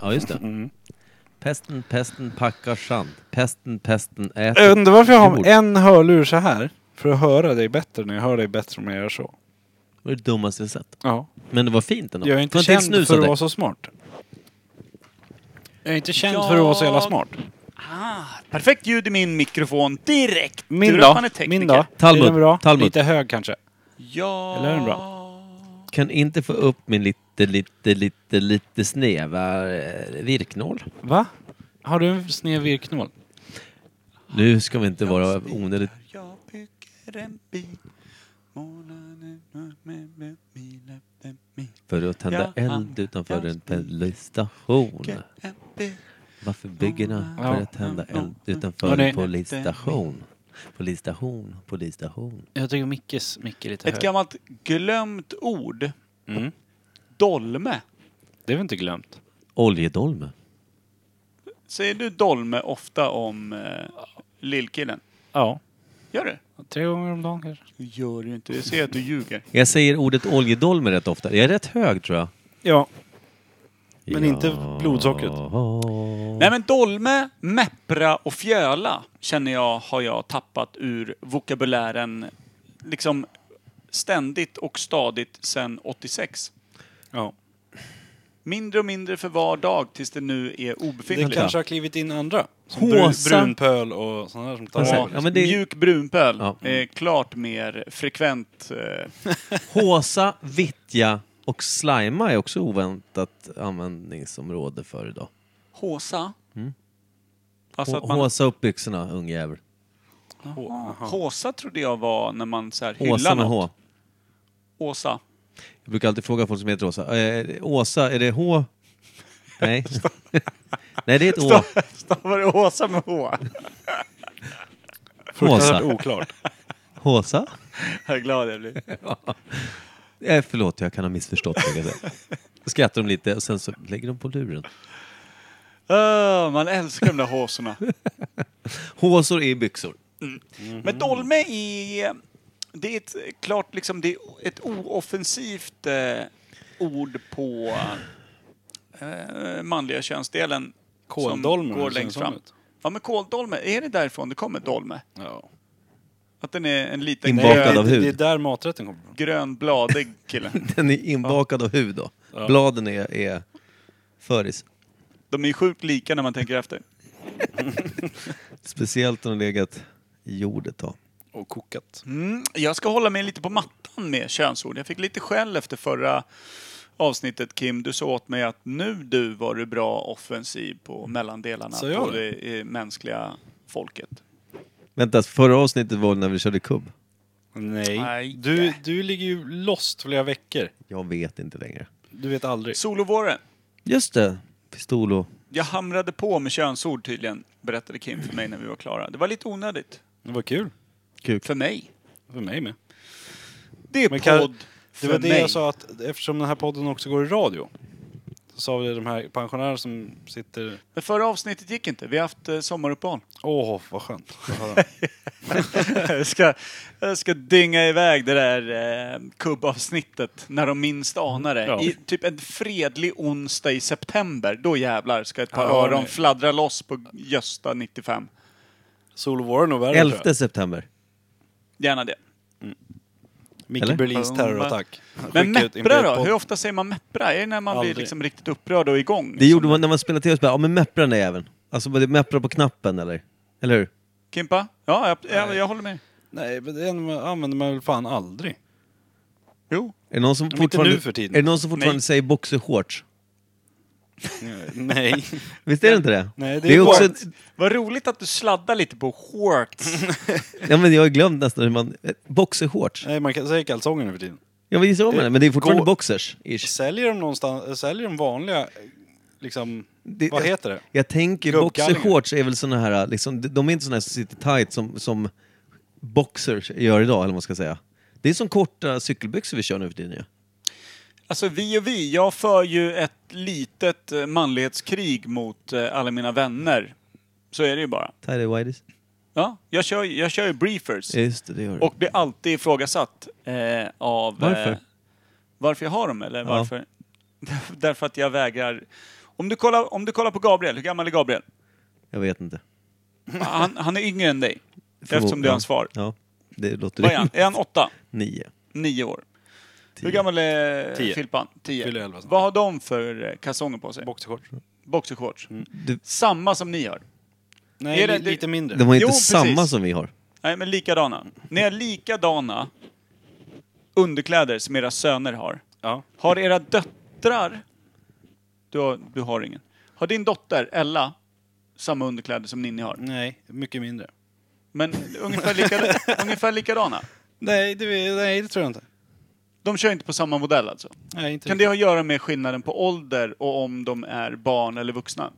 Ja, just det. Mm. Pesten, pesten packar sand. Pesten, pesten äter. Jag undrar varför jag har jord. en hörlur så här. För att höra dig bättre när jag hör dig bättre om jag gör så. Det var det dummaste jag sett. Ja. Men det var fint ändå. Jag är inte Man tänker känd snusa för att dig. vara så smart. Jag är inte känd för att vara så jävla smart. Ah, perfekt ljud i min mikrofon direkt. Min Tur då? att man är tekniker. Min då? Talmud. Är den bra? Talmud. Lite hög kanske. Ja. Eller är den bra? Kan inte få upp min lite, lite, lite, lite snäva eh, virknål. Va? Har du en sned virknål? Nu ska vi inte vara onödigt... Jag bygger en bil. Månaden med- med milen, den mil. För att tända Ja, eld utanför ja, en polisstation. Bygger en bil. Varför bygger han Ja. för att tända eld utanför Hörni. en polisstation? Polisstation, polisstation. Jag tycker Mickes mick är lite Ett hög. gammalt glömt ord. Mm. Dolme. Det är väl inte glömt? Oljedolme. Säger du dolme ofta om eh, lillkillen? Ja. Gör du? Tre gånger om dagen kanske. Gör du inte. Jag ser att du ljuger. Jag säger ordet oljedolme rätt ofta. Jag är rätt hög tror jag. Ja. Men inte Ja. blodsockret. Mm. Nej men dolme, mäppra och fjöla känner jag har jag tappat ur vokabulären liksom ständigt och stadigt sedan 86. Ja. Mindre och mindre för var dag tills det nu är Det obefintligt. kanske har klivit in andra. Som Håsa. bru- brunpöl och sådana där som tar Vad säger Ja, du? Ja, men det är- Mjuk brunpöl Ja. är klart mer frekvent. eh, Håsa, vittja och slima är också oväntat användningsområde för idag. Håsa. Alltså Mm. att Hå- man, Håsa upp byxorna, ungjävel. håsa trodde jag var när man så här Håsa hyllar med H. något. Åsa. Jag brukar alltid fråga folk som heter Åsa. Eh, Åsa, är det H? Nej. Nej, det är ett Å. Stavar det Åsa med H? Fruktansvärt Håsa. oklart. Håsa? Jag är glad jag blir. Eh, förlåt, jag kan ha missförstått. det kanske. Då skrattar de lite och sen så lägger de på luren. Öh, man älskar de där håsorna. Håsor är byxor. Mhm. Men dolme är... Det är ett klart liksom, det är ett ooffensivt eh, ord på eh, manliga könsdelen. Kåldolmen, Som går det ser längst sån fram. ut. Ja men kåldolme, är det därifrån det kommer dolme? Ja. Att den är en liten Inbakad Nej, grön, av det, hud. det är där maträtten kommer ifrån. grön bladig kille. Den är inbakad av hud då. Bladen är, är föris. De är ju sjukt lika när man tänker efter. Speciellt när de legat i jord ett tag. Och kokat. Mm, jag ska hålla mig lite på mattan med könsord. Jag fick lite skäll efter förra avsnittet Kim. Du sa åt mig att nu du var du bra offensiv på mellandelarna Mm. Så jag på det? det eh, mänskliga folket. Vänta, förra avsnittet var när vi körde kubb. Nej. Nej. Du, du ligger ju lost flera veckor. Jag vet inte längre. Du vet aldrig. Solovåre. Just det. Pistol och... Jag hamrade på med könsord tydligen, berättade Kim för mig när vi var klara. Det var lite onödigt. Det var kul. För mig. För mig med. Det är Men kan- podd Det för var det mig. jag sa att eftersom den här podden också går i radio. Så sa vi de här pensionärer som sitter... Men förra avsnittet gick inte. Vi har haft eh, sommaruppehåll. Åh, vad skönt. jag, ska, jag ska dynga iväg det där eh, kubbavsnittet när de minst anar det. Ja. I typ en fredlig onsdag i september, då jävlar ska ett par Ja, öron nej. fladdra loss på Gösta 95. Sol och vår är nog värre tror 11 jag. september. Gärna det. Eller? Micke Berlins terrorattack. Han Men skickade ut en meppra då? brevpodd. Hur ofta säger man meppra? Är det när man Aldrig. blir liksom riktigt upprörd och igång? Det gjorde man när man spelade tv spel Ja, men meppra den där jäveln. Alltså, var det meppra på knappen eller? Eller hur? Kimpa? Ja, jag, jag, jag håller med. Nej, men den använder man väl fan aldrig. Jo. Är det någon som inte fortfarande, nu för tiden. Är det någon som fortfarande Nej. säger boxershorts? Eh, Nej. Visst är det inte det? Nej, det det är är också, shorts. Vad roligt att du sladdar lite på shorts. ja, men jag har glömt nästan hur man... eh, Boxershorts. Nej, man kan säga kalsonger nu för tiden. Jag vill gissa om Det- det, men det är fortfarande gå- boxers. -ish. Säljer de någonstans, säljer de vanliga, eh, liksom, Det- vad heter det? Jag tänker Gubbkallingar. boxershorts är väl såna här, liksom, de- de är inte såna här som sitter tight som, som boxers gör idag, eller vad man ska säga. Det är som korta cykelbyxor vi kör nu för tiden ju. Alltså vi och vi, jag för ju ett litet eh, manlighetskrig mot eh, alla mina vänner. Så är det ju bara. Tidy whities. Ja, jag kör, ju- jag kör ju briefers. Ja, just det, det gör det. Och blir alltid ifrågasatt eh, av... Varför? Eh, varför jag har dem eller varför? Därför att jag vägrar Om du, kollar, om du kollar på Gabriel, hur gammal är Gabriel? Jag vet inte. Han, han är yngre än dig. Eftersom Förmodligen. det är hans far. Ja, det låter Vad är han? Är han åtta? Nio. Nio år. Tio. Hur gammal är Tio. Filpan? Fyller Tio. elva snart. Vad har de för eh, kalsonger på sig? Boxershorts? Boxershorts. Mm. Du- Samma som ni har. Nej, Är det- li- lite mindre. De har inte Jo, precis. samma som vi har. Nej, men likadana. Ni har likadana underkläder som era söner har. Ja. Har era döttrar... Du har, du har ingen. Har din dotter, Ella, samma underkläder som Ninni har? Nej, mycket mindre. Men ungefär, lika, ungefär likadana? Nej det, nej, det tror jag inte. De kör inte på samma modell alltså? Nej, inte Kan det ha att göra med skillnaden på ålder och om de är barn eller vuxna?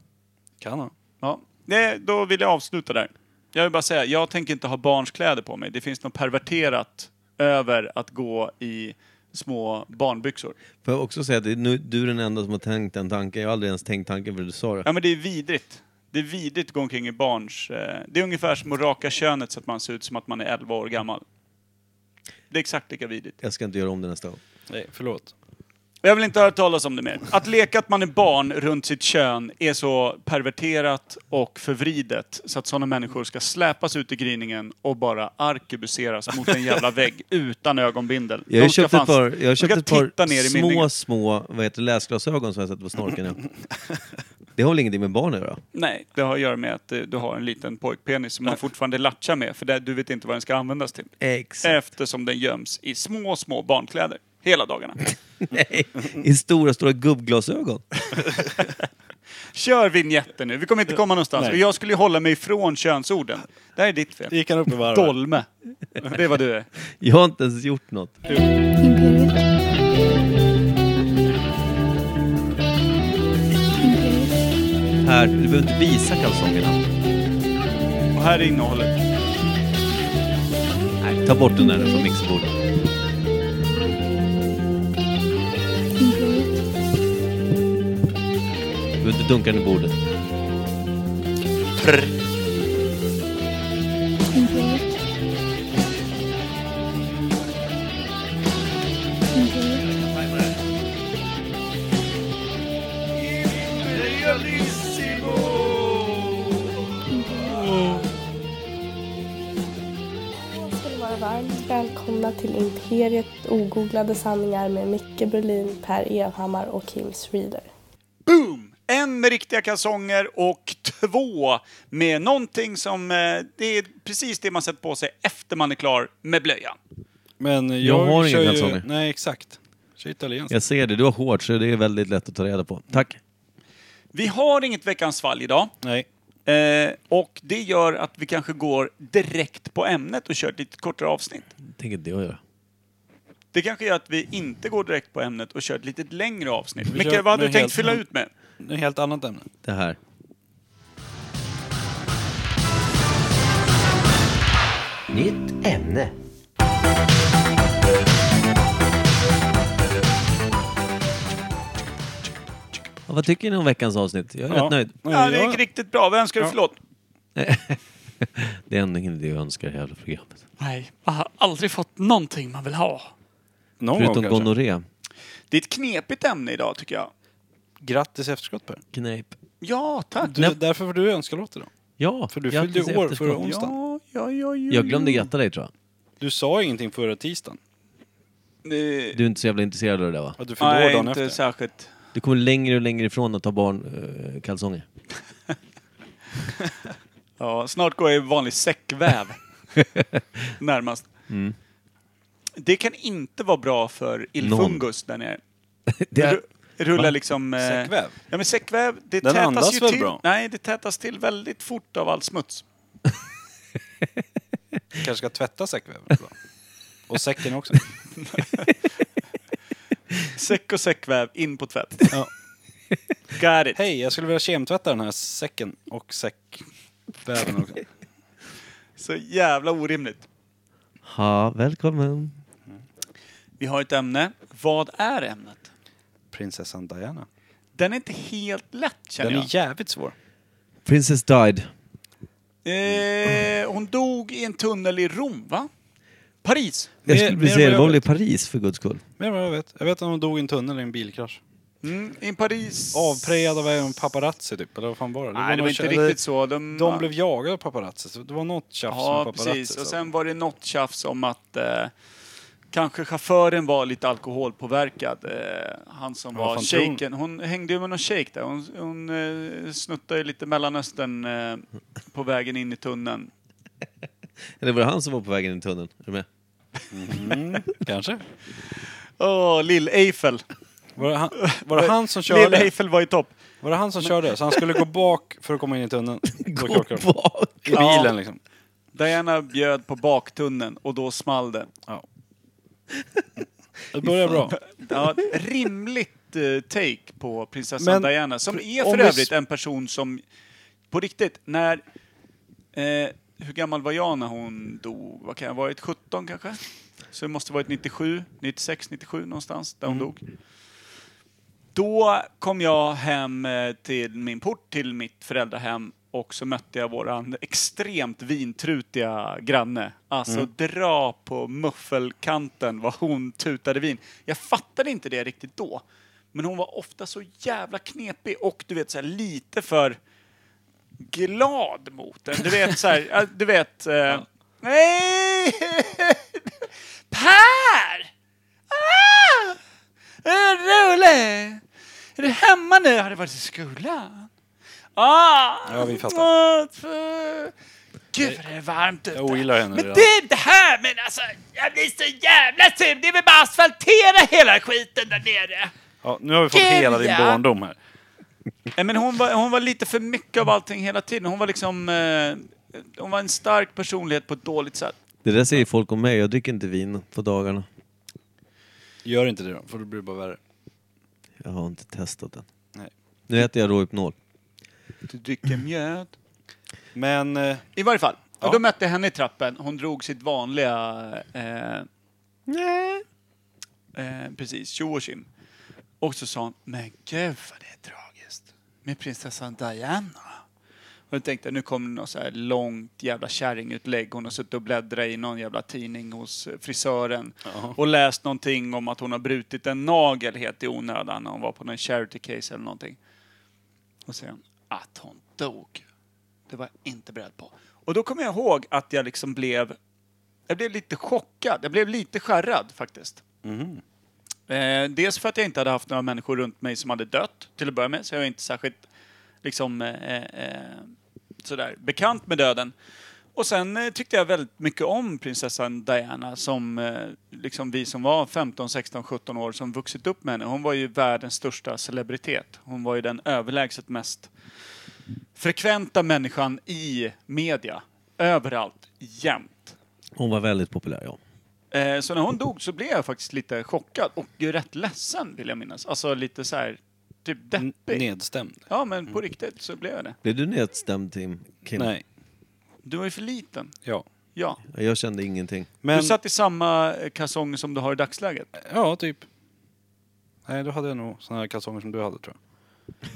Kan ha. Ja, det, då vill jag avsluta där. Jag vill bara säga, jag tänker inte ha barnskläder på mig. Det finns något perverterat över att gå i små barnbyxor. Får jag också säga att det är nu, du är den enda som har tänkt den tanken. Jag har aldrig ens tänkt tanken för du sa det. Ja men det är vidrigt. Det är vidrigt att gå omkring i barns... Eh, det är ungefär som att raka könet så att man ser ut som att man är 11 år gammal. Det är exakt lika vidrigt. Jag ska inte göra om det nästa gång. Nej, förlåt. Jag vill inte höra talas om det mer. Att leka att man är barn runt sitt kön är så perverterat och förvridet så att sådana människor ska släpas ut i gryningen och bara arkebuseras mot en jävla vägg utan ögonbindel. Jag har De ska köpt ett fan- par, jag har de ska köpt ett par titta ner i små, mynningen. små vad heter, det, läsglasögon som jag sätter på snorken. nu. Det har väl ingenting med barn att göra? Nej, det har att göra med att eh, du har en liten pojkpenis som man fortfarande latchar med för det, du vet inte vad den ska användas till. Eh. Exakt. Eftersom den göms i små, små barnkläder hela dagarna. Nej, i stora, stora gubbglasögon. Kör vignetten nu, vi kommer inte komma någonstans. Nej. Och jag skulle ju hålla mig ifrån könsorden. Det här är ditt fel. Gick han upp i varv? Dolme. Det är vad du är. Jag har inte ens gjort något. Imperiet. Imperiet. Här, du behöver inte visa kalsongerna. Och här är innehållet. Nej, ta bort den där från mixerbordet. Imperiet. Du behöver inte dunka den i bordet. Imperiet. Imperiet. ska ni vara varmt välkomna till Imperiet ogooglade sanningar med Micke Berlin, Per Evhammar och Kim Reader. Boom! En med riktiga kalsonger och två med någonting som... eh, Det är precis det man sätter på sig efter man är klar med blöjan. Men jag, har inga kör ju- kalsonger. Nej, exakt. Kör italienskt. Jag ser det, du har shorts så det är väldigt lätt att ta reda på. Tack. Vi har inget veckans fall idag. Nej. Eh, och det gör att vi kanske går direkt på ämnet och kör ett lite kortare avsnitt. Tänk inte det att göra. Det kanske gör att vi inte går direkt på ämnet och kör ett lite längre avsnitt. Vi Micke, kör vad hade du med tänkt helt- fylla ut med? Det är ett helt annat ämne. Det här. Nytt ämne. Ja, vad tycker ni om veckans avsnitt? Jag är Ja. rätt nöjd. Nej, ja, det jag- gick riktigt bra. Vem ska du Ja. förlåt? Det är ändå ingen idé att önska det här jävla programmet. Nej, jag har aldrig fått någonting man vill ha. Någon gång Förutom kanske. gonorré. Det är ett knepigt ämne idag tycker jag. Grattis i efterskott Per. Knep. Ja, tack. Du, därför får du önska låt idag. Ja, För du grattis fyllde i år efterskott. förra onsdagen. Ja, ja, ja, ja, Jag glömde gratta dig tror jag. Du sa ingenting förra tisdagen. Du Du är inte så jävla intresserad av det där va? Att du fyllde år Nej, dagen inte efter. särskilt. Du kommer längre och längre ifrån att ta eh, barnkalsonger. Ja, snart går jag i vanlig säckväv. Närmast. Mm. Det kan inte vara bra för illfungus där nere. det är... Ru- Rullar liksom... eh, Säckväv? Ja men säckväv, det Den tätas andas ju väl till. bra? Nej, det tätas till väldigt fort av all smuts. kanske ska tvätta säckväven. då. Och säcken också. Säck och säckväv, in på tvätt. Ja. Got it. Hej, jag skulle vilja kemtvätta den här säcken och säckväven också. Så jävla orimligt. Ha, välkommen. Vi har ett ämne. Vad är ämnet? Prinsessan Diana. Den är inte helt lätt känner Den jag. är jävligt svår. Princess died. Eh, hon dog i en tunnel i Rom, va? Paris. Jag Mer- skulle bli mer så än vad jag allvarlig i vet. Paris för guds skull. Mer än vad jag vet. Jag vet att hon dog i en tunnel i en bilkrasch. Mm, in Paris... Avprejad av en paparazzi typ, eller vad fan var det? Nej, det var någon inte tjej- eller- riktigt så. De, De blev jagade av paparazzi, så det var något tjafs med Ja, paparazzi. precis. Och sen var det något tjafs om att eh, kanske chauffören var lite alkoholpåverkad. Eh, han som Ja, var fan tror hon? shejken. Hon hängde ju med någon shejk där. Hon, hon eh, snuttade ju lite Mellanöstern eh, på vägen in i tunneln. Eller var det han som var på vägen in i tunneln? Är du med? Kanske. Åh, Lill Eiffel. Var det han, var det han som Lill körde? Eiffel var i topp. Var det han som körde? Så han skulle gå bak för att komma in i tunneln? Då krockade de. bak! I Ja. bilen liksom. Diana bjöd på baktunneln och då small det. Ja. Det börjar bra. Ja, rimligt eh, take på prinsessan Men- Diana. Som är om för vi s- övrigt en person som, på riktigt, när... Eh, hur gammal var jag när hon dog? Vad kan jag ha varit? 17 kanske? Så det måste ha varit 97, 96, 97 någonstans där hon Mm. dog. Då kom jag hem eh, till min port, till mitt föräldrahem och så mötte jag våran extremt vintrutiga granne. Alltså dra på muffelkanten vad hon tutade vin. Jag fattade inte det riktigt då. Men hon var ofta så jävla knepig och du vet så här, lite för glad mot den. Du vet så här, äh, du vet... Eh, Nej! Per! Ah! Eh, Rulle! Är du hemma nu? Har du varit i skolan? Ah! Ja, vi fattar. Ah, för- Gud vad det är varmt ute. Jag ogillar henne Men redan. det är det här, men alltså. Jag blir så jävla sur. Det är väl bara asfaltera hela skiten där nere. Ja, nu har vi fått Gud, hela din ja. barndom här. Nej, Eh, men hon var, hon var lite för mycket av allting hela tiden. Hon var liksom... Eh, hon var en stark personlighet på ett dåligt sätt. Det där säger folk om mig, jag dricker inte vin på dagarna. Gör inte det då, för då blir det bara värre. Jag har inte testat den. Nej. Nu äter jag Rohypnol. Du dricker mjöd. Men... eh, I varje fall. Ja. Och då mötte jag henne i trappen. Hon drog sitt vanliga... Eh, eh, precis, tjo och tjim. Och så sa hon, men gud vad det är tragiskt. Med prinsessan Diana. Och jag tänkte, nu kommer det något så här långt jävla kärringutlägg. Hon har suttit och bläddrat i någon jävla tidning hos frisören. Och läst någonting om att hon har brutit en nagel helt i onödan när hon var på någon charity case eller någonting. Och säger hon, att hon dog. Det var jag inte beredd på. Och då kommer jag ihåg att jag liksom blev... Jag blev lite chockad. Jag blev lite skärrad faktiskt. Eh, dels för att jag inte hade haft några människor runt mig som hade dött till att börja med, så jag är inte särskilt liksom, eh, eh, sådär, bekant med döden. Och sen eh, tyckte jag väldigt mycket om prinsessan Diana som eh, liksom vi som var 15, 16, 17 år som vuxit upp med henne. Hon var ju världens största celebritet. Hon var ju den överlägset mest frekventa människan i media. Överallt, jämt. Hon var väldigt populär, ja. Eh, Så när hon dog så blev jag faktiskt lite chockad och ju rätt ledsen vill jag minnas. Alltså lite så här, typ n- deppig. Nedstämd. Ja men på riktigt så blev jag det. Blev du nedstämd Tim? Kim? Nej. Du var ju för liten. Ja. Ja. Jag kände ingenting. Men... Du satt i samma eh, kalsonger som du har i dagsläget. Ja, typ. Nej, då hade jag nog såna här kalsonger som du hade tror jag.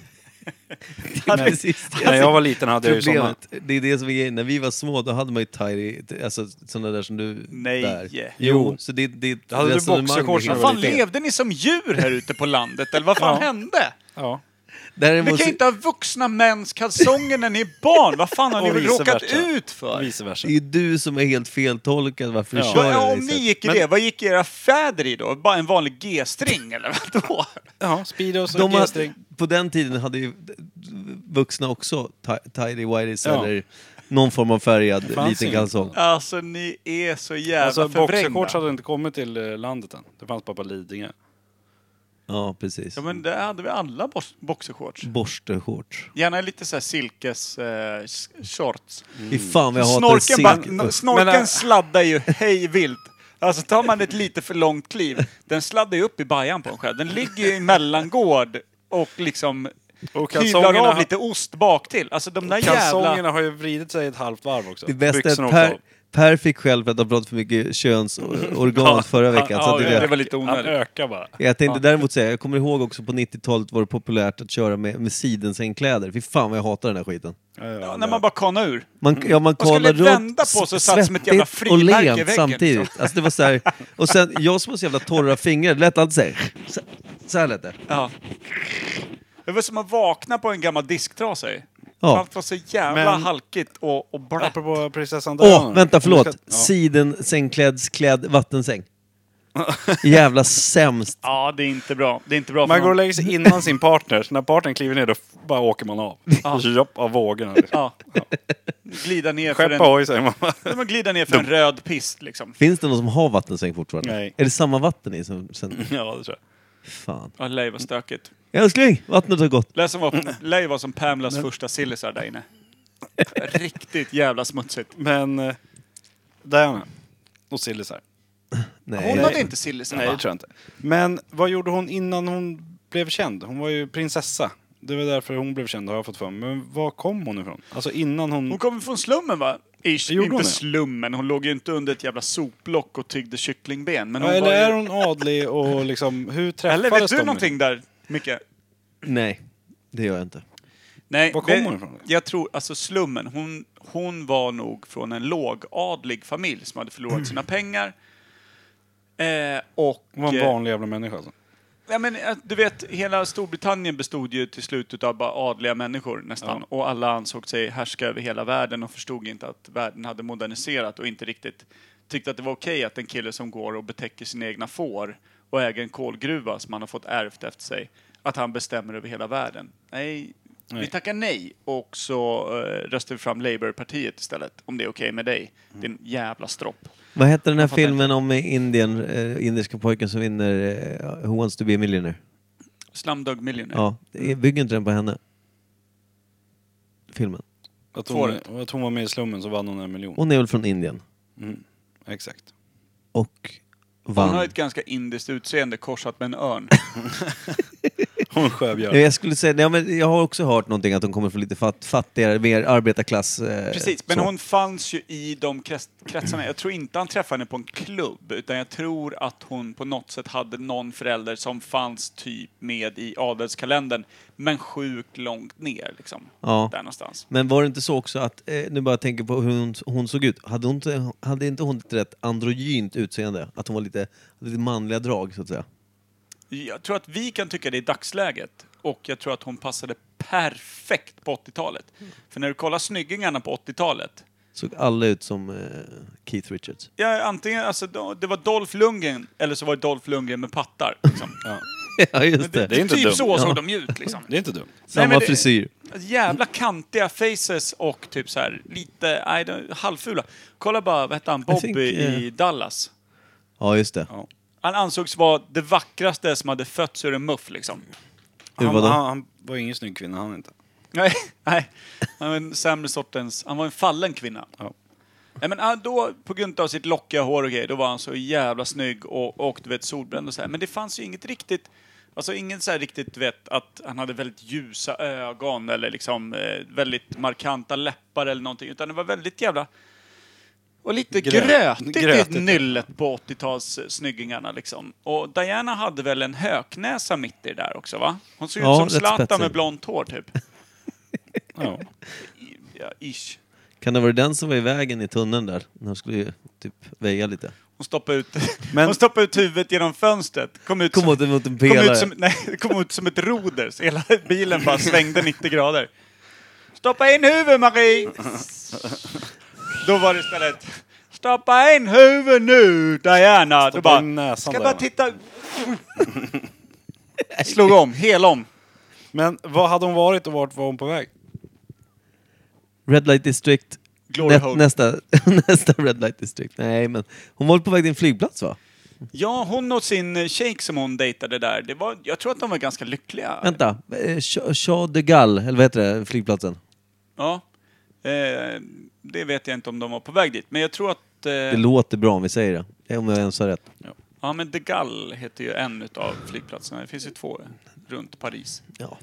Ja, Men- precis. När jag var liten hade jag ju såna. Problemet, det är det som är grejen. När vi var små då hade man ju tidy, alltså sådana där som du Nej. där. Jo. Jo, så det, det Då hade du resonemang boxershorts när är du Vad var helt fan liten. fel. levde ni som djur här ute på landet? Eller vad fan Ja. hände? Ja. Ni Däremot, kan ju inte ha vuxna mäns kalsonger när ni är barn. Vad fan har Och ni vice råkat versa. ut för? Vice versa. det är ju du som är helt feltolkad varför du Ja. kör Ja, det om ni viset. gick i Men- det, vad gick era fäder i då? Bara en vanlig G-string eller vadå? Ja, Speedos och De G-string. hade, på den tiden hade ju vuxna också ti- tidy whities Ja. eller någon form av färgad fanns liten inget. kalsong. Alltså ni är så jävla Alltså boxershorts förvrängda. hade inte kommit till eh, landet än. Det fanns bara på Lidingö. Ja, precis. Ja men det hade vi alla bos- boxershorts. Borsteshorts. Gärna lite såhär silkes eh, s- shorts. Fy fan vad jag hatar Snorken, bara, silke- n- snorken Men, äh, sladdar ju hej vilt. Alltså tar man ett lite för långt kliv, den sladdar ju upp i bajan på en själv. Den ligger ju i mellangård och liksom Och hyvlar kalsongerna- av lite ost bak till. Alltså de där Kalsongerna jävla... har ju vridit sig ett halvt varv också. Det bästa är Byxorna att åkte per, av. per fick själv för att ha pratat för mycket könsorgan förra veckan. så ja, att det det, där- var lite Han onödigt. ökar bara. jag tänkte däremot säga, jag kommer ihåg också på 90-talet var det populärt att köra med, med sidensängkläder. Fy fan vad jag hatar den här skiten. Ja, när man bara kanar ur. Man, ja, man Mm. skulle kollar runt, vända på sig och satt som ett jävla svettigt och frimärke i lent väggen, liksom. samtidigt. Alltså det var så här, och sen, jag som har så jävla torra fingrar, det lät alltid så här, så, Så här lät det. Ja. Det var som att vakna på en gammal disktrasa ju. Ja. Allt var så jävla Men- halkigt och, och blött. Apropå prinsessan Diana. Åh, vänta, förlåt. Om vi ska- Siden, sängklädsklädd, vattensäng. Jävla sämst. Ja, det är inte bra. Det är inte bra Ja. Man för går och någon. lägger sig innan sin partner. Så när partnern kliver ner då f- bara åker man av. Ja. Jopp, av vågorna. liksom. Ja. Glida ner för Skepp en, ohoj säger man. Nej, men glida ner för en röd pist liksom. Finns det någon som har vattensäng fortfarande? Nej. Är det samma vatten i som sen... ja, det tror jag. Fan. Ja, lej vad stökigt. Älskling, vattnet har gått. Lej som Mm. var, lej var som Pamelas första sillisar där inne. Riktigt jävla smutsigt. Men eh, Diana och Sillisar. Nej. Hon hade inte sillisar Nej, det va? tror jag inte. Men vad gjorde hon innan hon blev känd? Hon var ju prinsessa. Det var därför hon blev känd har jag fått för mig. Men var kom hon ifrån? Alltså innan hon... Hon kom från slummen va? Ish, Gjorde inte hon det? slummen, hon låg ju inte under ett jävla soplock och tyggde kycklingben. Men ja, hon var eller ju... är hon adlig och liksom, hur träffades Eller vet du de? någonting där, Micke? Nej, det gör jag inte. Nej, Var kommer det- hon ifrån? Jag tror, alltså slummen, hon, hon var nog från en lågadlig familj som hade förlorat sina pengar. Eh, och... Hon var en eh, vanlig jävla människa alltså. Ja, men, eh, du vet, hela Storbritannien bestod ju till slut av bara adliga människor nästan. Och alla ansåg sig härska över hela världen och förstod inte att världen hade moderniserat och inte riktigt tyckte att det var okej att en kille som går och betäcker sina egna får och äger en kolgruva som han har fått ärvt efter sig, att han bestämmer över hela världen. Nej, vi Nej. tackar nej och så eh, röstar vi fram Labourpartiet istället, om det är okej med dig. Din jävla stropp. Vad heter den här fattar filmen om Indien, eh, indiska pojken som vinner eh, Who wants to be a millionaire? Slumdog Millionaire. Ja, det- bygger inte den på henne? Filmen. Att Fåret. hon, att hon var med i slummen så vann hon en miljon. Hon är väl från Indien? Exakt. Och Hon vann. har ett ganska indiskt utseende korsat med en örn. Hon sjöbjörn. Ja, Jag skulle säga, nej, men jag har också hört någonting att hon kommer från lite fatt, fattigare, mer arbetarklass. Eh, Precis, men så. hon fanns ju i de krets- kretsarna. Jag tror inte han träffade henne på en klubb, utan jag tror att hon på något sätt hade någon förälder som fanns typ med i adelskalendern, men sjukt långt ner liksom. Ja. Där någonstans. Men var det inte så också att, eh, nu bara tänker på hur hon, hon såg ut, hade, hon inte, hade inte hon ett rätt androgynt utseende? Att hon var lite, lite manliga drag så att säga? Jag tror att vi kan tycka det i dagsläget, och jag tror att hon passade perfekt på 80-talet. För när du kollar snyggingarna på 80-talet, Såg alla ut som eh, Keith Richards. ja, antingen, alltså, då- det var Dolph Lundgren, eller så var det Dolph Lundgren med pattar. Liksom. ja, just det. det är inte typ dumt. så såg Ja. de ut liksom. Det är inte dumt. Samma Nej, men det- frisyr. Alltså, Jävla kantiga faces och typ så här lite nej, de- halvfula. Kolla bara, vad hette han, Bobby think, i Dallas. Ja, just det. Han ansågs vara det vackraste som hade fötts ur en muff liksom. Hur Han, var det? han, han var ingen snygg kvinna han inte. Nej, nej. Han var en sämre sortens, han var en fallen kvinna. Ja. Nej men ah, då, på grund av sitt lockiga hår och grejer, då var han så jävla snygg och, och du vet solbränd och så här. Men det fanns ju inget riktigt, alltså inget så här riktigt du vet att han hade väldigt ljusa ögon eller liksom eh, väldigt markanta läppar eller någonting. Utan det var väldigt jävla, och lite Grö- grötigt, grötigt, i ja. nyllet på 80-tals eh, snyggingarna liksom. Och Diana hade väl en höknäsa mitt i det där också va? Hon såg Ja, ut som rätt Zlatan med spetsig. blont hår typ. Ja. I- Ja, ish. Kan det vara den som var i vägen i tunneln där? När hon skulle ju typ väja lite. Hon stoppade ut, Men- hon stoppade ut huvudet genom fönstret. Kom ut Kom som, åt mot en kom pelare. ut som, nej, det kom ut som ett roder. Så Hela bilen bara svängde 90 grader. Stoppa in huvudet Marie! Då var det istället Stoppa in huvudet nu Diana! Då Stoppa bara, in näsan ska där, bara va?" titta... Slog om, hel om. Men vad hade hon varit och vart var hon på väg? Red Light District. Glory Nä, hole. nästa, nästa Red Light District. Nej, men hon var väl på väg till en flygplats va? Ja, hon och sin shake som hon dejtade där, det var, jag tror att de var ganska lyckliga. Vänta. Eh, Cha- Charles de Gaulle, eller vad heter det, flygplatsen? Ja. Eh, det vet jag inte om de var på väg dit, men jag tror att... Eh, Det låter bra om vi säger det. Om jag ens har rätt. ja, men De Gaulle heter ju en av flygplatserna. Det finns ju två runt Paris. Ja.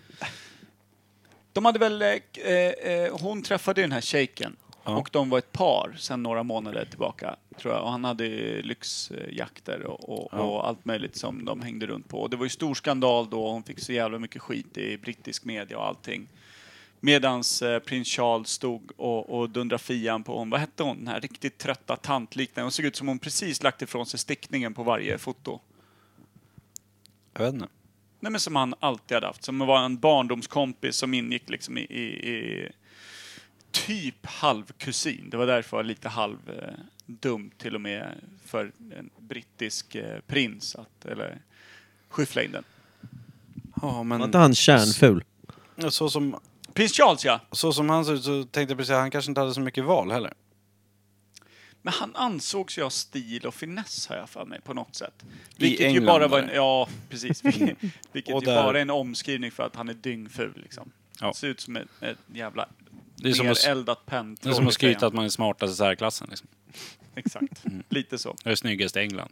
De hade väl... eh, k- Eh, eh, hon träffade ju den här shejken. Och de var ett par sedan några månader tillbaka, tror jag. Och han hade ju lyxjakter och, och, och allt möjligt som de hängde runt på. Och det var ju stor skandal då. Hon fick så jävla mycket skit i brittisk media och allting. Medans eh, prins Charles stod och, och dundrade fian på hon, vad hette hon, den här riktigt trötta tantliknande. Hon såg ut som hon precis lagt ifrån sig stickningen på varje foto. Jag vet inte. Nej, men som han alltid hade haft. Som var en barndomskompis som ingick liksom i, i, i typ halvkusin. Det var därför jag var lite halv eh, dum till och med för en brittisk eh, prins att eller, skyffla in den. Ja, Var men inte han kärnful? så som, Prins Charles ja! så som han ser ut så tänkte jag precis att han kanske inte hade så mycket val heller. Men han ansågs ju ha stil och finess har jag för mig på något sätt. I Vilket ju England, bara var en, eller? Ja, precis. Vilket Och ju där- bara är en omskrivning för att han är dyngful liksom. Ja. Ser ut som ett, ett jävla Det är som att- nereldat penn. Det är som att skryta att man är smartast i särklassen. Liksom. Exakt. Lite så. Jag är snyggast i England.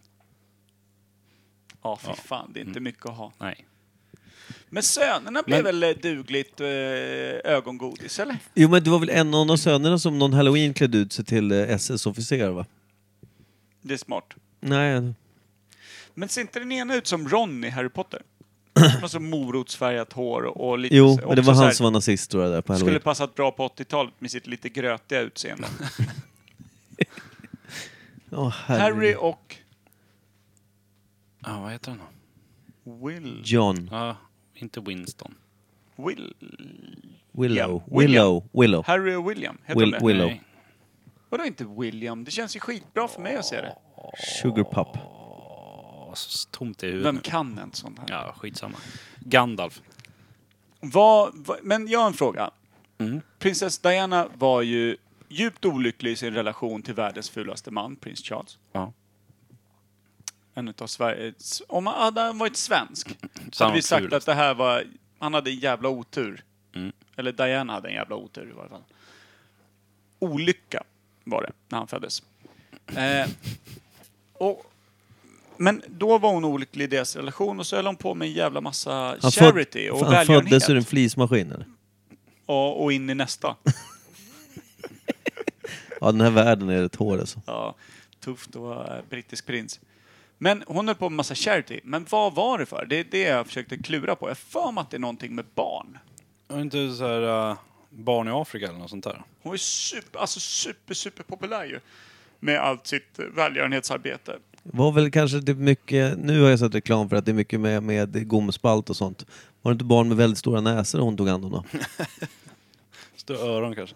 Ja, fy fan. Det är inte mycket att ha. Nej. Men sönerna blev Men- väl eh, dugligt eh, ögongodis, eller? Jo men det var väl en av de sönerna som någon halloween klädde ut sig till eh, SS-officer va? Det är smart. Nej, Men ser inte den ena ut som Ron i Harry Potter? Han har så morotsfärgat hår och och lite jo så- men det också var så här- han som var nazist tror jag där på Skulle halloween. passat bra på 80-talet med sitt lite grötiga utseende. Åh, Harry herregud. och Ja, vad heter han då? Will. John. Ja, inte Winston. Will. Willow. William. Willow. Willow. Harry och William, heter Will- de det? Willow. Nej. Vadå inte William? Det känns ju skitbra för mig att se det. Sugar Pup. Ja, så tomt i huvudet. Vem nu. kan en sån här? Ja, skitsamma. Gandalf. Vad, vad, men jag har en fråga. Mm. Prinsess Diana var ju djupt olycklig i sin relation till världens fulaste man, prins Charles. Ja. En utav Sveriges... Om han hade han varit svensk, så han hade vi varit sagt ful. att det här var... Han hade en jävla otur. Mm. Eller Diana hade en jävla otur i varje fall. Olycka var det, när han föddes. Eh, och, men då var hon olycklig i deras relation och så höll hon på med en jävla massa Han föd- charity och han föddes ur en välgörenhet. flismaskin eller? Och, och in i nästa. Ja den här världen är rätt hård alltså. Ja, tufft att vara brittisk prins. Men hon höll på med massa charity. Men vad var det för? Det är det jag försökte klura på. Jag har för mig att det är någonting med barn. Och inte så här äh, barn i Afrika eller något sånt där. Hon är super, alltså super, super populär ju. Med allt sitt eh, välgörenhetsarbete. Var väl kanske typ mycket, nu har jag sett reklam för att det är mycket med, med gomspalt och sånt. Var det inte barn med väldigt stora näsor hon tog hand om då? Stora öron kanske.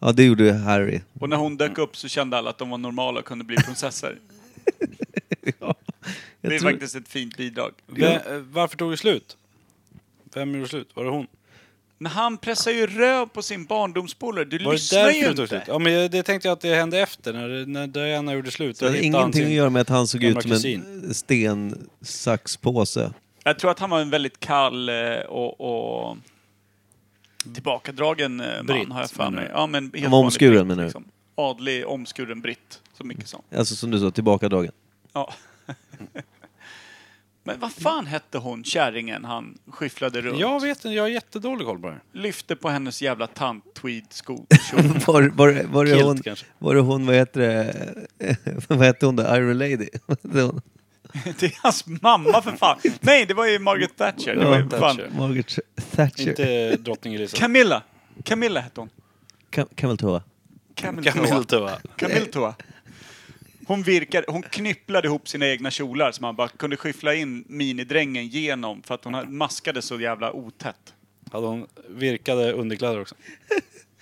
Ja det gjorde ju Harry. Och när hon dök upp så kände alla att de var normala och kunde bli prinsessor. Jag Det är tror- faktiskt ett fint bidrag. Vem, eh, varför tog det slut? Vem gjorde slut? Var det hon? Men han pressar ju röv på sin barndomspolare. Du Var det lyssnar ju därför det inte. tog slut? Ja, men jag- det tänkte jag att det hände efter, när, när Diana gjorde slut. Det hade ingenting att göra med att han såg gamla ut som en kusin. sten, sax, påse. Jag tror att han var en väldigt kall eh, och, och tillbakadragen eh, man Britt, har jag för menar mig. du? Ja, men helt var vanlig omskuren, britt, liksom. menar du? Adlig, omskuren britt, som mycket sa. Alltså som du sa, tillbakadragen. Ja. men vad fan hette hon, kärringen han skyfflade runt? Jag vet inte, jag har jättedålig koll på det här. Lyfte på hennes jävla tant tweed sko Var, var, var, det Kilt, hon, kanske. var det hon, vad heter det, vad hette hon där, Iron Lady? Vad hette hon? Det är hans mamma för fan! Nej, det var ju Margaret Thatcher. Det var ju Ja, fan. Thatcher. Margaret Thatcher. Inte drottning Elizabeth. Camilla! Camilla hette hon. Kan, kan väl tro va? Camilla. Kamiltova. Kamiltoa. Hon virkade, hon knypplade ihop sina egna kjolar så man bara kunde skyffla in minidrängen genom för att hon hade- maskade så jävla otätt. Hade hon virkade underkläder också?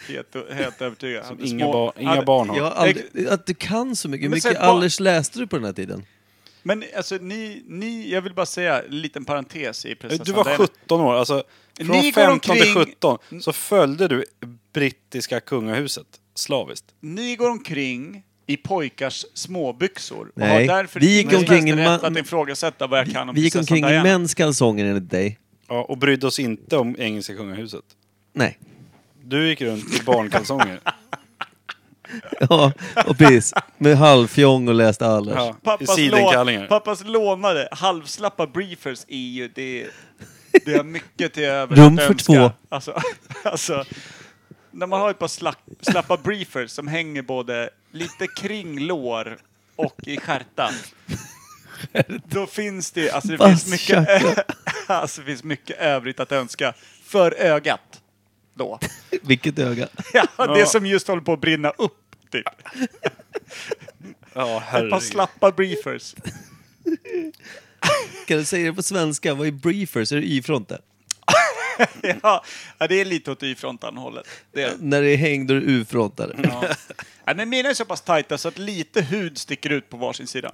Helt, helt övertygad. Som Hade inga, små- ba, inga hade- barn har. Jag har aldrig, att du kan så mycket. Hur Men mycket sen bara- Allers läste du på den här tiden? Men alltså ni, ni, jag vill bara säga en liten parentes i prinsessan Du var Diana. 17 år, alltså från Ni går 15 till omkring- 17 så följde du brittiska kungahuset slaviskt. Ni går omkring i pojkars småbyxor och Nej, har därför vi gick ingen omkring i som helst man- rätt att ifrågasätta vad jag kan om Vi gick prinsessan omkring i Diana. mäns kalsonger enligt dig. Ja, och brydde oss inte om engelska kungahuset. Nej. Du gick runt i barnkalsonger. Ja, och precis. Med halvfjong och läste Allers. ja, I Pappas, lån, sidenkallingar. pappas lånade halvslappa briefers är ju det... Det är mycket till över Rum att för önska. två. Alltså, alltså, när man har ett par slapp, slappa briefers som hänger både lite kring lår och i skärtan. Då finns det, alltså det finns, mycket, ö- alltså det finns mycket övrigt att önska för ögat. Då. Vilket öga. Ja, Ja. Det som just håller på att brinna upp. Typ. Ja, Ett par herregud. slappa briefers. engelska, säger det på svenska. Vad är briefer? Så är det y-fronten. ja, ja, det är lite åt Y-frontan-hållet. Det är det. När det är häng, då är det u-frontare. Ja. Nej, men mina är så pass tajta så att lite hud sticker ut på varsin sida.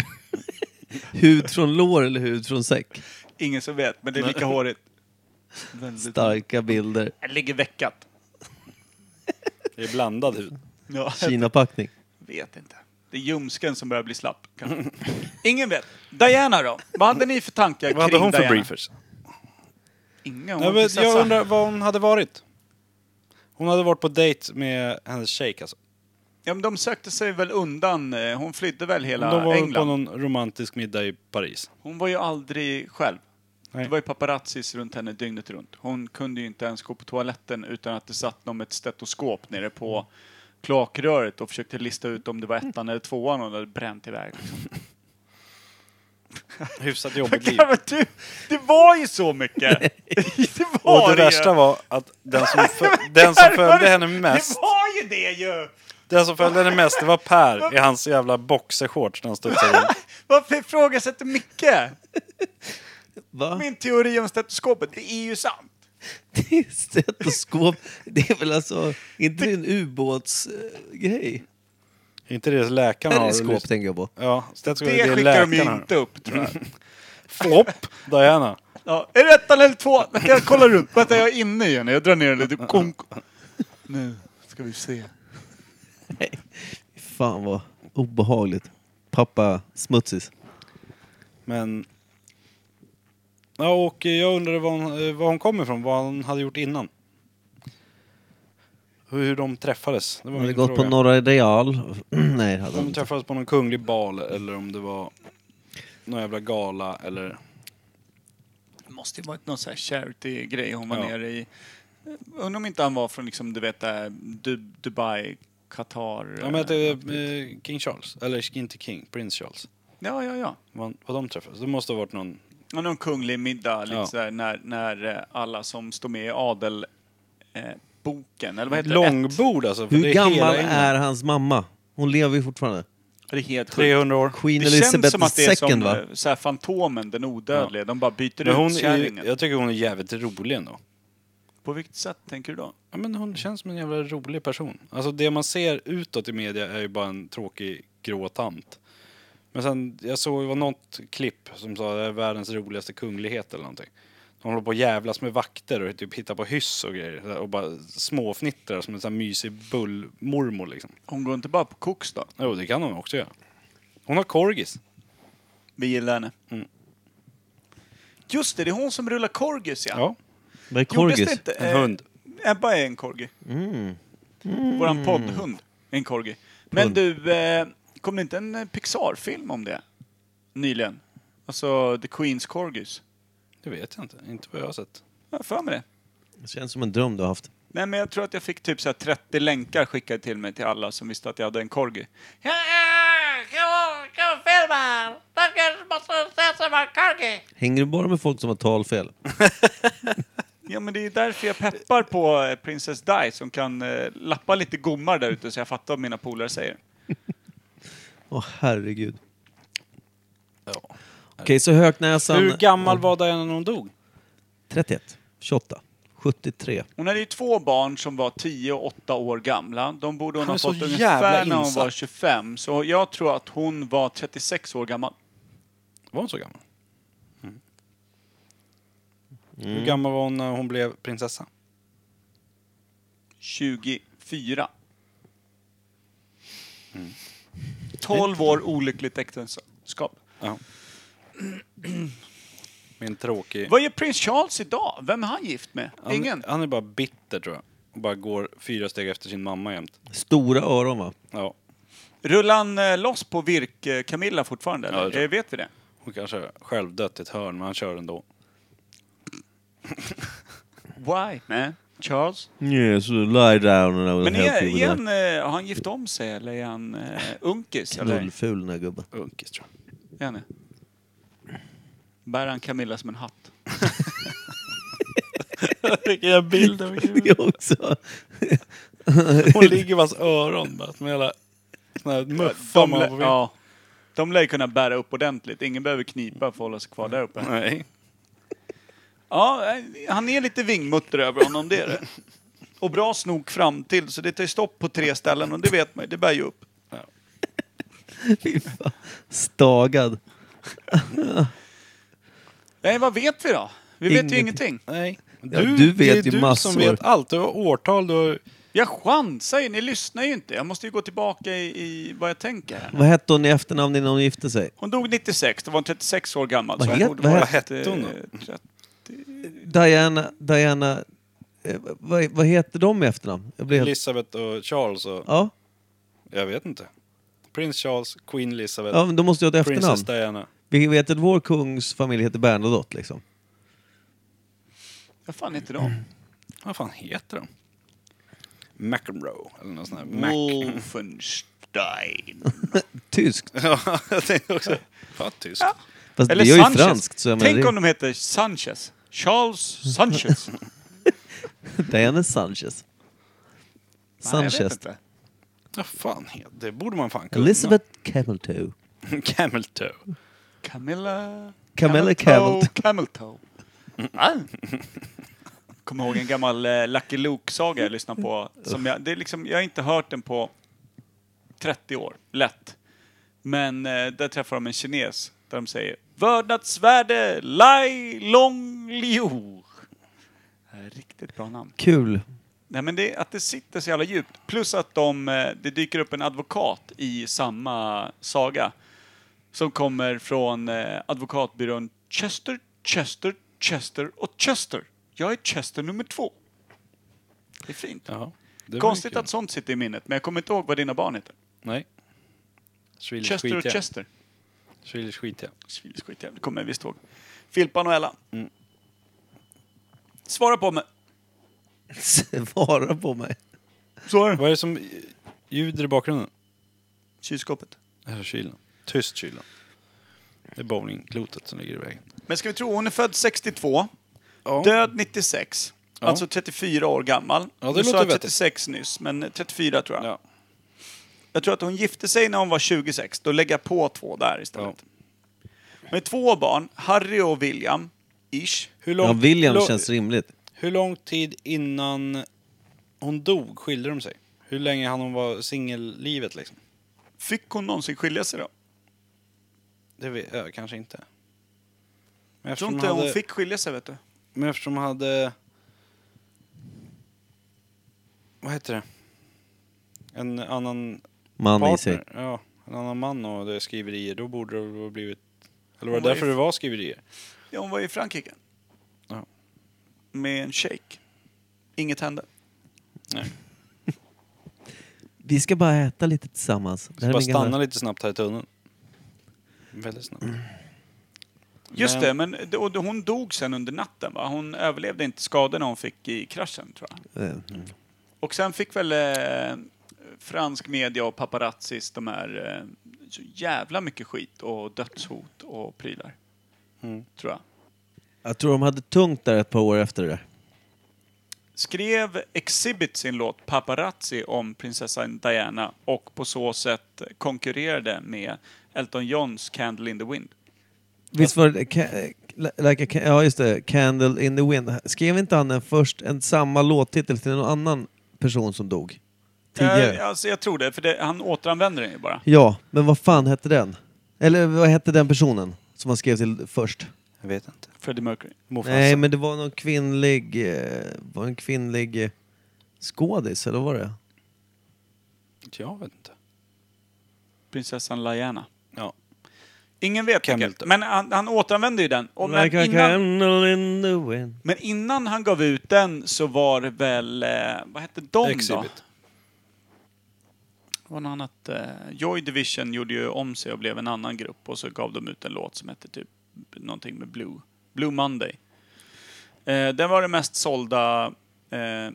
Hud från lår eller hud från säck. Ingen som vet, men det är lika hårigt. Väldigt. Starka bilder. Det ligger veckat. Det är blandad hud. Ja, Kinapackning. jag vet inte. Det är ljumsken som börjar bli slapp. kanske. Ingen vet. Diana då? Vad hade ni för tankar Vad hade kring hon för Diana? briefers? Inga, hon Nej, var men prinsessa. jag undrar vad hon hade varit. Hon hade varit på dejt med hennes shejk alltså. Ja, men de sökte sig väl undan. eh, Hon flydde väl hela De var väl på England. någon romantisk middag i Paris. Hon var ju aldrig själv. Nej. Det var ju paparazzis runt henne dygnet runt. Hon kunde ju inte ens gå på toaletten utan att det satt någon med ett stetoskop nere på kloakröret och försökte lista ut om det var ettan eller tvåan hon hade bränt iväg. liksom. Hyfsat jobbigt liv. Ja, men du, det var ju så mycket! Det var Och det värsta ju. var att den som, fö- den som följde henne Det mest, var ju det ju! den som följde henne mest, det var Per i hans jävla boxershorts när han studsade in. Varför ifrågasätter Micke Va? min teori om stetoskopet? Det är ju sant! Det är Stetoskop. Det är väl alltså... inte det en ubåtsgrej? Inte det läkaren har. liksom. Periskop tänker jag på. Ja, stetoskop, Det, det är skickar de ju läkaren har. inte upp, tror jag. Flopp, Diana. Ja, är det ettan eller tvåan? Vänta, jag kollar runt. Vänta, jag är inne igen. Jag drar ner den lite. Konk. Nu ska vi se. Fan vad obehagligt. Pappa smutsis. Men... Ja, och jag undrade var hon, eh, var hon kom ifrån, vad hon hade gjort innan. Hur hur de träffades. Det var Har min du gått på fråga. Norra Ideal? Nej, det hade han Om de inte. träffades på någon kunglig bal eller om det var någon jävla gala eller... Det måste ju varit någon sån här charity-grej hon var Ja. nere i. Undrar om inte han var från liksom, du vet, där, du, Dubai, Qatar. Ja men att det eh, King Charles, eller inte King, Prins Charles. ja, ja. ja. Vad vad de träffades. Det måste ha varit någon... Ja, någon kunglig middag, lite Ja. sådär, när, när eh, alla som står med i adel eh, boken, eller vad heter det? Långbord alltså. För det Hur är gammal hela England. är hans mamma? Hon lever ju fortfarande. Ett, det är helt sjukt. 300 år. Queen Det känns Elizabeth som att det är II, som va? eh, så här, Fantomen, den odödliga. De bara byter Men hon ut är, kärringen. jag tycker hon är jävligt rolig ändå. På vilket sätt tänker du då? Ja, men hon känns som en jävla rolig person. Alltså det man ser utåt i media är ju bara en tråkig grå tant. Men sen, jag såg det var något klipp som sa det är världens roligaste kunglighet eller någonting. De håller på att jävlas med vakter och typ hittar på hyss och grejer. Och bara småfnittrar som en sån här mysig bullmormor liksom. Hon går inte bara på koks då? Jo, det kan hon också göra. Hon har korgis. Vi gillar henne. Just det, det är hon som rullar korgis ja. Ja. Vad är Gjordes det korgis? inte? En hund. Eh, Ebba är en korgi. Våran poddhund är en korgi. Men du, eh, kom det inte en eh, Pixar-film om det? Nyligen? Alltså The Queens Corgis. Det vet jag inte. Inte vad jag har sett. Jag har för mig det. Det känns som en dröm du har haft. Nej men jag tror att jag fick typ så här 30 länkar skickade till mig till alla som visste att jag hade en korgi. Hänger du bara med folk som har talfel? Ja men det är därför jag peppar på eh, Princess Di som kan eh, lappa lite gommar där ute så jag fattar vad mina polare säger. Åh herregud. Ja. Okej, så Höknäsan... Hur gammal var Diana när hon dog? 31, 28, 73. Hon hade ju två barn som var 10 och 8 år gamla. De borde hon Han ha är så fått jävla ungefär när hon insatt. var 25. Så jag tror att hon var 36 år gammal. Var hon så gammal? Mm. Hur gammal var hon när hon blev prinsessa? 24. Mm. 12 år olyckligt äktenskap. Ja. Min tråkig... Vad gör prins Charles idag? Vem är han gift med? Han, Ingen? han är bara bitter tror jag. Och bara går fyra steg efter sin mamma jämt. Stora öron va? Ja. Rullar han eh, loss på Virk-Camilla fortfarande? Ja, eller? jag tror- Eh, Vet vi det? Hon kanske själv dött i ett hörn men han kör ändå. Why? Nej. Charles? Yes, lie down and I will Men help är, you with är that. han, eh, har han gift om sig eller är han eh, unkis? Eller? Knullful den här gubben. Unkis tror jag. Är han det? Bär han Camilla som en hatt? Vilken jävla bild av Mm. Det också. Hon ligger i hans öron bara. Som en jävla sån här muffa man får- ja. De lär ju kunna bära upp ordentligt. Ingen behöver knipa för att hålla sig kvar där uppe. Nej. Ja, eh, han är lite vingmutter över honom, det är det. Och bra snok fram till, så det tar ju stopp på tre ställen och det vet man ju, det bär ju upp. Fy fan. Stagad. Nej, vad vet vi då? Vi vet ju Ingenting. ingenting. Nej. Ja, du vet det är ju du massor. som vet allt. Du har årtal, du har... Jag chansar ju, ni lyssnar ju inte. Jag måste ju gå tillbaka i, i vad jag tänker här. Vad hette hon i efternamn innan hon gifte sig? Hon dog 96, då var hon 36 år gammal. Vad så hon het- borde vad vara hette ett, eh, hon då? trett- Diana... Diana eh, vad, vad heter de i efternamn? Jag blir helt... Elizabeth och Charles och... Ja, Jag vet inte. Prins Charles, Queen Elizabeth, ja men då måste jag ha ett Princess efternamn. Diana. Vi vet att vår kungs familj heter Bernadotte liksom. Vad fan heter de? Mm. Vad fan heter de? McEnroe eller något sånt där. Mac. Wolfenstein. Tyskt. Ja, jag tänkte också. Fan, tyst. Fast Eller det är ju Sanchez. franskt så jag menar Tänk om det. de heter Sanchez. Charles Sanchez. Nej, Diana Sanchez. jag vet Sanchez. inte. Vad fan heter det? borde man fan kunna. Elizabeth Cameltoe. Camel Toe. Camilla... Camilla Cameltoe. Cameltoe. Ah. Kommer ihåg en gammal eh, Lucky Luke-saga jag lyssnade på. Som jag, det är liksom, jag har inte hört den på 30 år, lätt. Men eh, där träffar de en kines där de säger Vördnadsvärde Lai Long Liu. Eh, Riktigt bra namn. Kul. Nej, men det, att det sitter så jävla djupt. Plus att de, eh, det dyker upp en advokat i samma saga. Som kommer från eh, advokatbyrån Chester, Chester, Chester och Chester. Jag är Chester nummer två. Det är fint. Ja, det var Konstigt kul. att sånt sitter i minnet, men jag kommer inte ihåg vad dina barn heter. Nej. Swedish Chester och skitjävel. Chester. Swedish skitjävel. Swedish skitjävel, det kommer jag visst ihåg. Filpan och Ella. Mm. Svara på mig. Svara på mig. Svara. Vad är det som ljuder i bakgrunden? Kylskåpet. Eller kylen? Tyst kylen. Det är bowlingklotet som ligger i vägen. Men ska vi tro, hon är född 62. Ja. Död 96. Ja. Alltså 34 år gammal. Ja, det du sa låter vettigt. 36 nyss, men 34 tror jag. Ja. Jag tror att hon gifte sig när hon var 26. Då lägger jag på två där istället. Med två barn, Harry och William, ish. Hur, lång, Ja, William lo- känns rimligt. hur lång tid innan hon dog skilde de sig? Hur länge hann hon vara singellivet liksom? Fick hon någonsin skilja sig då? Det vet jag kanske inte. Men Jag tror eftersom inte hade, hon fick skilja sig, vet du. Men eftersom hon hade... Vad heter det? En annan Man i sig. partner. Ja, en annan man och det är skriverier. Då borde det ha blivit... Eller var Hon det var därför ju- det var skriverier? Ja, hon var i Frankrike. Ja. Med en shake. Inget hände. Vi ska bara äta lite tillsammans. Det här är Bara min stanna gamla- lite snabbt här i tunneln. Väldigt snabbt. Mm. Just Men- det, men det- och hon dog sen under natten va? Hon överlevde inte skadorna hon fick i kraschen tror jag. Eh, mm. Och sen fick väl eh, fransk media och paparazzis de här eh, så jävla mycket skit och dödshot och prylar. Mm. Tror jag. Jag tror de hade tungt där ett par år efter det där. Skrev Exhibit sin låt Paparazzi om prinsessan Diana och på så sätt konkurrerade med Elton Johns Candle in the Wind. Visst var det... Ca- Like a, ca- ja, just det. Candle in the wind. Skrev inte han en först en samma låttitel till någon annan person som dog? Tidigare? Eh, alltså jag tror det, för det, han återanvänder den ju bara. Ja, men vad fan hette den? Eller vad hette den personen som han skrev till först? Jag vet inte. Freddie Mercury. Nej, men det var någon kvinnlig... eh, Var det en kvinnlig eh, skådis, eller vad var det? Jag vet inte. Prinsessan Diana. Ja. Ingen vet Camel vilket. toe. Men han, han återanvände ju den. Och men, Like a innan, candle in the wind. men innan han gav ut den så var det väl... Eh, vad hette de då? Exhibit. Det var något annat. Eh, Joy Division gjorde ju om sig och blev en annan grupp och så gav de ut en låt som hette typ någonting med Blue. Blue Monday. Eh, den var den mest sålda eh,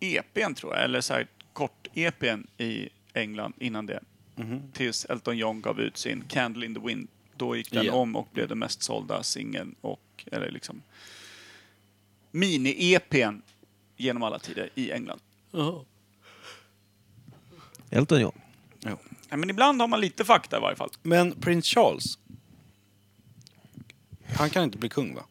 EPn tror jag, eller så här kort-EPn i England innan det. Mhm. Tills Elton John gav ut sin Candle in the Wind. Då gick den Ja. om och blev den mest sålda singeln och, eller liksom, mini-EPn genom alla tider i England. Elton John. Jo. Nej, men ibland har man lite fakta i varje fall. Men prins Charles. Han kan inte bli kung va?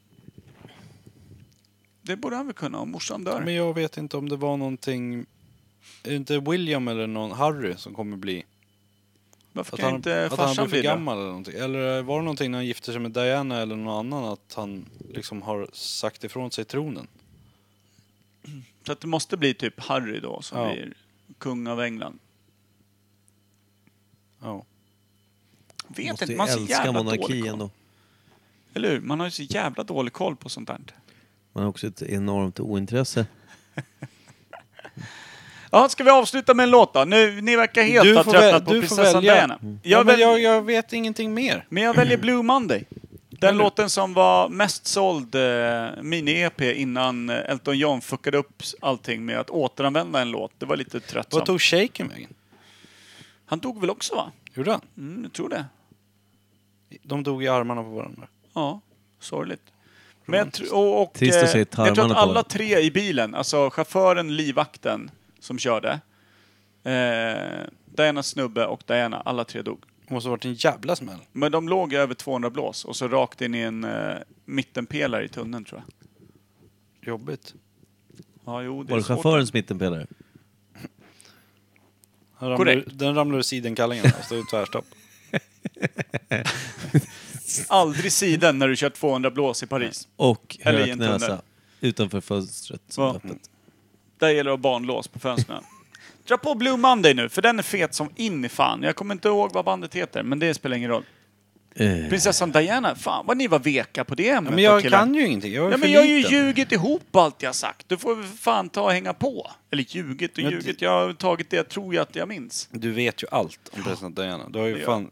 Det borde han väl kunna om morsan dör. Men jag vet inte om det var någonting... Är det inte William eller någon Harry som kommer bli... Varför Att kan han, inte att han farsan blir för bli det? gammal eller någonting. Eller var det någonting när han gifte sig med Diana eller någon annan att han liksom har sagt ifrån sig tronen? Så att det måste bli typ Harry då som Ja. blir kung av England. Ja. Vet Måste inte, ju man har så älska jävla dålig monarkin koll. ändå. Eller hur? Man har ju så jävla dålig koll på sånt där. Man har också ett enormt ointresse. Ja, ska vi avsluta med en låt då? Nu, ni verkar helt ha vä- tröttnat på du Mm. prinsessan Diana. Jag, ja, men väl, jag, jag vet ingenting mer. men jag väljer Blue Monday. Den låten som var mest såld eh, mini-EP innan eh, Elton John fuckade upp s- allting med att återanvända en låt. Det var lite Vad tröttsamt. tog shaken vägen? Han dog väl också va? Gjorde han? Mm, jag tror det. De dog i armarna på varandra. Ja, sorgligt. Men jag, tr- och, och, Trist att se eh, jag tror tarmarna att på alla varandra. tre i bilen, alltså chauffören, livvakten som körde, eh, Dianas snubbe och Diana, alla tre dog. Det måste ha varit en jävla smäll. Men de låg i över 200 blås och så rakt in i en eh, mittenpelare i tunneln tror jag. Jobbigt. Ja, jo, det Var är det svårt. chaufförens mittenpelare? Han ramlar- Korrekt. Den ramlar ur sidenkallingen och står i tvärstopp. Aldrig sidan när du kör 200 blås i Paris. Och Eller i hög en tunnel. näsa. Utanför fönstret Eh, som Ja. är öppet. Där gäller det att ha barnlås på fönstren. Dra på Blue Monday nu, för den är fet som in i fan. Jag kommer inte ihåg vad bandet heter, men det spelar ingen roll. Eh, Prinsessan Diana, fan vad ni var veka på det ämnet Men jag då, killar. kan ju ingenting. Jag är Ja, för men jag har ju liten. ljugit ihop allt jag sagt. Du får väl för fan ta och hänga på. Eller ljugit och Men ljugit. det- Jag har tagit det jag tror jag att jag minns. Du vet ju allt om president Diana. Du har ju Ja. fan...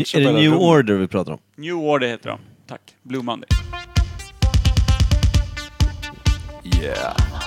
Är det New Order vi pratar om? New Order heter de. Tack. Blue Monday. Yeah.